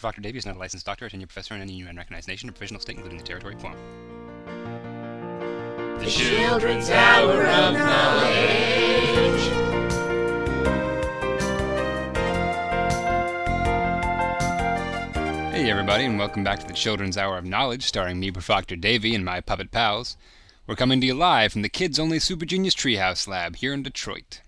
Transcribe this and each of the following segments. Dr. Davy is not a licensed doctor, a tenured professor in any UN recognized nation or provisional state, including the territory of Guam. The Children's Hour of Knowledge. Hey, everybody, and welcome back to the Children's Hour of Knowledge, starring me, Dr. Davy, and my puppet pals. We're coming to you live from the Kids Only Super Genius Treehouse Lab here in Detroit.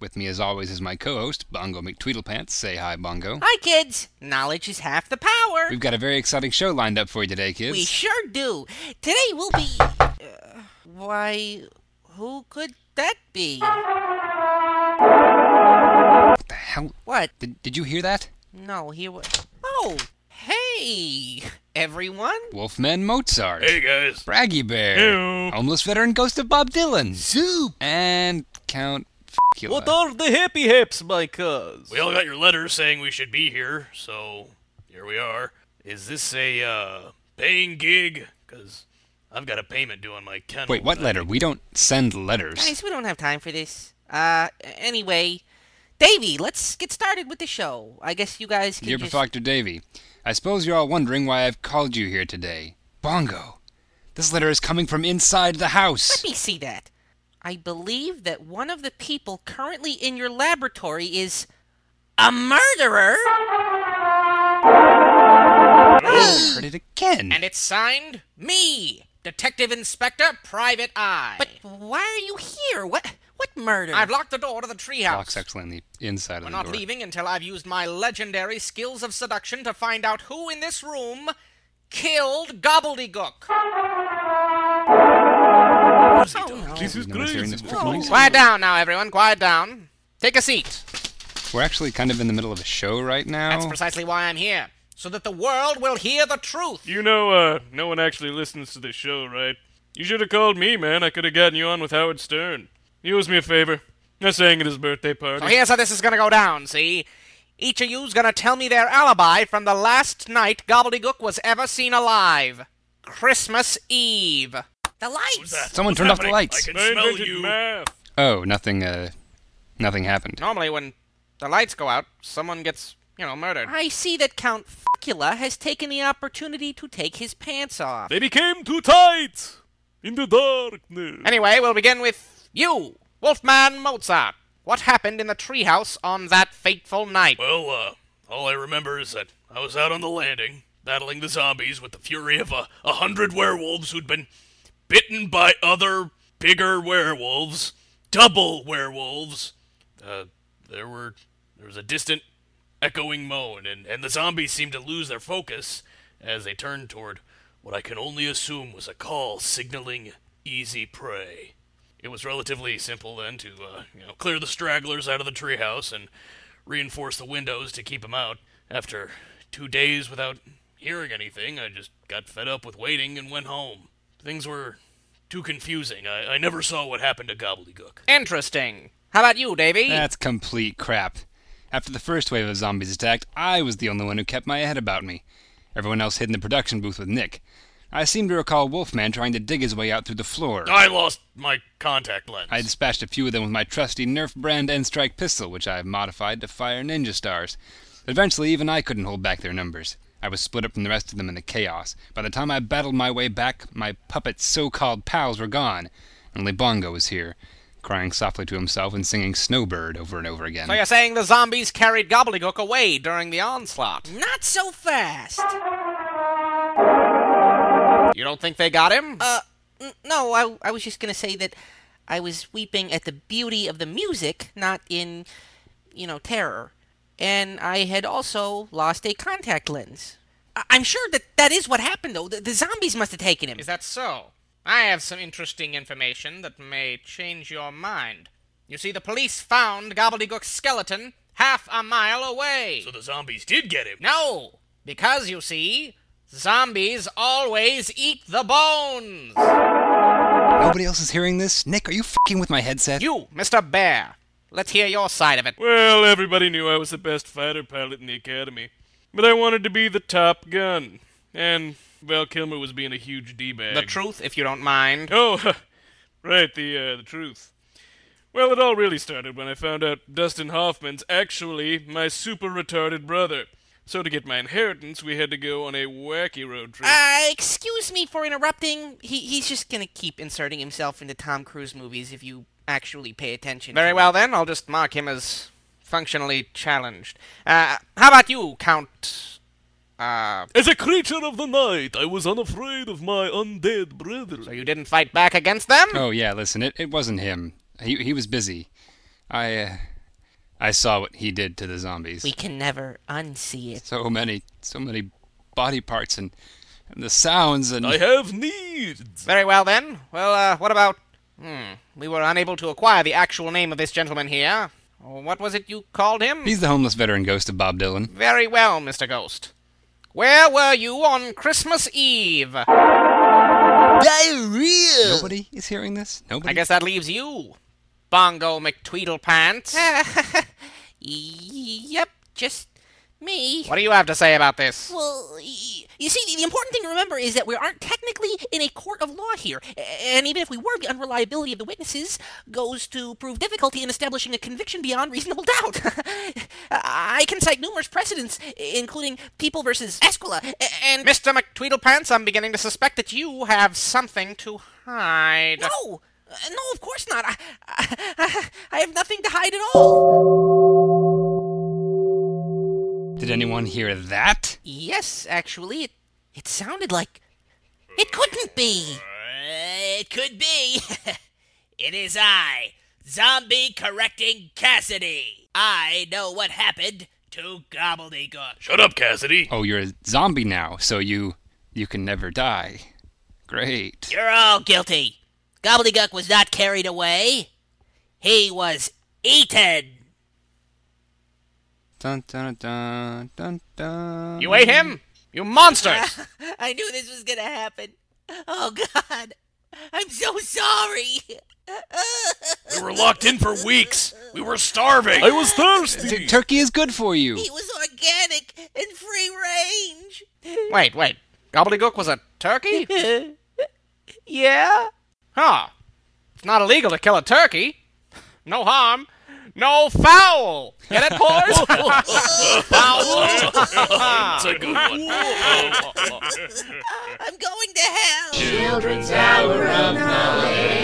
With me, as always, is my co host, Bongo McTweedlepants. Say hi, Bongo. Hi, kids! Knowledge is half the power! We've got a very exciting show lined up for you today, kids. We sure do! Today we'll be. Uh, why, who could that be? what the hell? What? Did, did you hear that? No, he was. Oh! Hey! Everyone? Wolfman Mozart. Hey guys. Braggy Bear. Homeless veteran Ghost of Bob Dylan. Zoop! And Count Fula. What are the hippy hips, my cuz? We all got your letter saying we should be here, so here we are. Is this a uh, paying gig? Because I've got a payment due on my kennel. Wait, what that- letter? We don't send letters. Guys, we don't have time for this. Uh, anyway. Davey, let's get started with the show. I guess you guys can Dear just... Perfector Davy, I suppose you're all wondering why I've called you here today. Bongo, this letter is coming from inside the house. Let me see that. I believe that one of the people currently in your laboratory is a murderer, Heard it again. And it's signed me, Detective Inspector Private Eye. but why are you here? What what murder? I've locked the door to the Locks treehouse. actually on the inside We're of the not door. leaving until I've used my legendary skills of seduction to find out who in this room killed Gobbledygook. oh, no. This is No one's hearing this crazy. freaking noise. Quiet down now, everyone. Quiet down. Take a seat. We're actually kind of in the middle of a show right That's now. precisely why I'm here, so that the world will hear the truth. You know, uh, no one actually listens to this show, right? You should have called me, man. I could have gotten you on with Howard Stern. You owes me a favor. I sang at his birthday So party. here's how this is gonna go down, see? Each of you's gonna tell me their alibi from the last night Gobbledygook was ever seen alive. Christmas Eve. The lights. Someone turned off the lights. I invented math. Oh, nothing. Uh, nothing happened. Normally, when the lights go out, someone gets, you know, murdered. I see that Count Fucula has taken the opportunity to take his pants off. They became too tight in the darkness. Anyway, we'll begin with you, Wolfman Mozart. What happened in the treehouse on that fateful night? Well, uh, all I remember is that I was out on the landing, battling the zombies with the fury of a, a hundred werewolves who'd been bitten by other, bigger werewolves, double werewolves. Uh, there were there was a distant, echoing moan, and, and the zombies seemed to lose their focus as they turned toward what I can only assume was a call signaling easy prey. It was relatively simple then to uh, you know, clear the stragglers out of the treehouse and reinforce the windows to keep 'em out. After two days without hearing anything, I just got fed up with waiting and went home. Things were too confusing. I, I never saw what happened to Gobbledygook. Interesting. How about you, Davy? That's complete crap. After the first wave of zombies attacked, I was the only one who kept my head about me. Everyone else hid in the production booth with Nick. I seem to recall Wolfman trying to dig his way out through the floor. I lost my contact lens. I dispatched a few of them with my trusty Nerf brand end strike pistol, which I have modified to fire ninja stars. Eventually, even I couldn't hold back their numbers. I was split up from the rest of them in the chaos. By the time I battled my way back, my puppet so called pals were gone. Only Bongo was here, crying softly to himself and singing Snowbird over and over again. So you're saying the zombies carried Gobbledygook away during the onslaught? Not so fast. You don't think they got him? Uh, n- no, I, I was just gonna say that I was weeping at the beauty of the music, not in, you know, terror. And I had also lost a contact lens. I- I'm sure that that is what happened, though. The, the zombies must have taken him. Is that so? I have some interesting information that may change your mind. You see, the police found Gobbledygook's skeleton half a mile away. so the zombies did get him. no, because you see, zombies always eat the bones. Nobody else is hearing this? Nick, are you fing with my headset? You, Mr. Bear, let's hear your side of it. Well, everybody knew I was the best fighter pilot in the academy, but I wanted to be the top gun. And Val Kilmer was being a huge d-bag. The truth, if you don't mind. Oh, right, the uh, the truth. Well, it all really started when I found out Dustin Hoffman's actually my super retarded brother. So to get my inheritance, we had to go on a wacky road trip. Ah! Uh, excuse me for interrupting. He, he's just going to keep inserting himself into Tom Cruise movies if you actually pay attention. Very well, then. I'll just mark him as functionally challenged. Uh, how about you, Count? Uh, As a creature of the night, I was unafraid of my undead brethren. so you didn't fight back against them? Oh yeah, listen, it, it wasn't him. He he was busy. I uh, I saw what he did to the zombies. We can never unsee it. so many so many body parts and, and the sounds and I have needs. Very well, then. Well, uh, what about. Hmm. We were unable to acquire the actual name of this gentleman here. What was it you called him? he's the homeless veteran ghost of Bob Dylan. Very well, Mr. Ghost. Where were you on Christmas Eve? Nobody is hearing this. Nobody. I guess that leaves you, Bongo McTweedle Pants. Yep, just me. what do you have to say about this? Well, y- you see, the- the important thing to remember is that we aren't technically in a court of law here, A- and even if we were, the unreliability of the witnesses goes to prove difficulty in establishing a conviction beyond reasonable doubt. I can cite numerous precedents, including People versus Esquila, a- and Mr. McTweedle Pants, I'm beginning to suspect that you have something to hide. no, Uh, no, of course not. I, I, I have nothing to hide at all. Did anyone hear that? Yes, actually, it it sounded like it couldn't be. Uh, It could be. it is I, Zombie Correcting Cassidy. I know what happened to Gobbledygook. Shut up, Cassidy. Oh, you're a zombie now, so you you can never die. Great. You're all guilty. Gobbledygook was not carried away. He was eaten. Dun dun dun dun dun. You ate him? You monsters! I knew this was gonna happen. Oh God, I'm so sorry. We were locked in for weeks. We were starving. I was T- thirsty. turkey is good for you. He was organic and free range. wait, wait. Gobbledygook was a turkey? Yeah. Huh. It's not illegal to kill a turkey. No harm. No foul! Get it, boys? That's a good one. I'm going to hell. Children's Hour of Knowledge.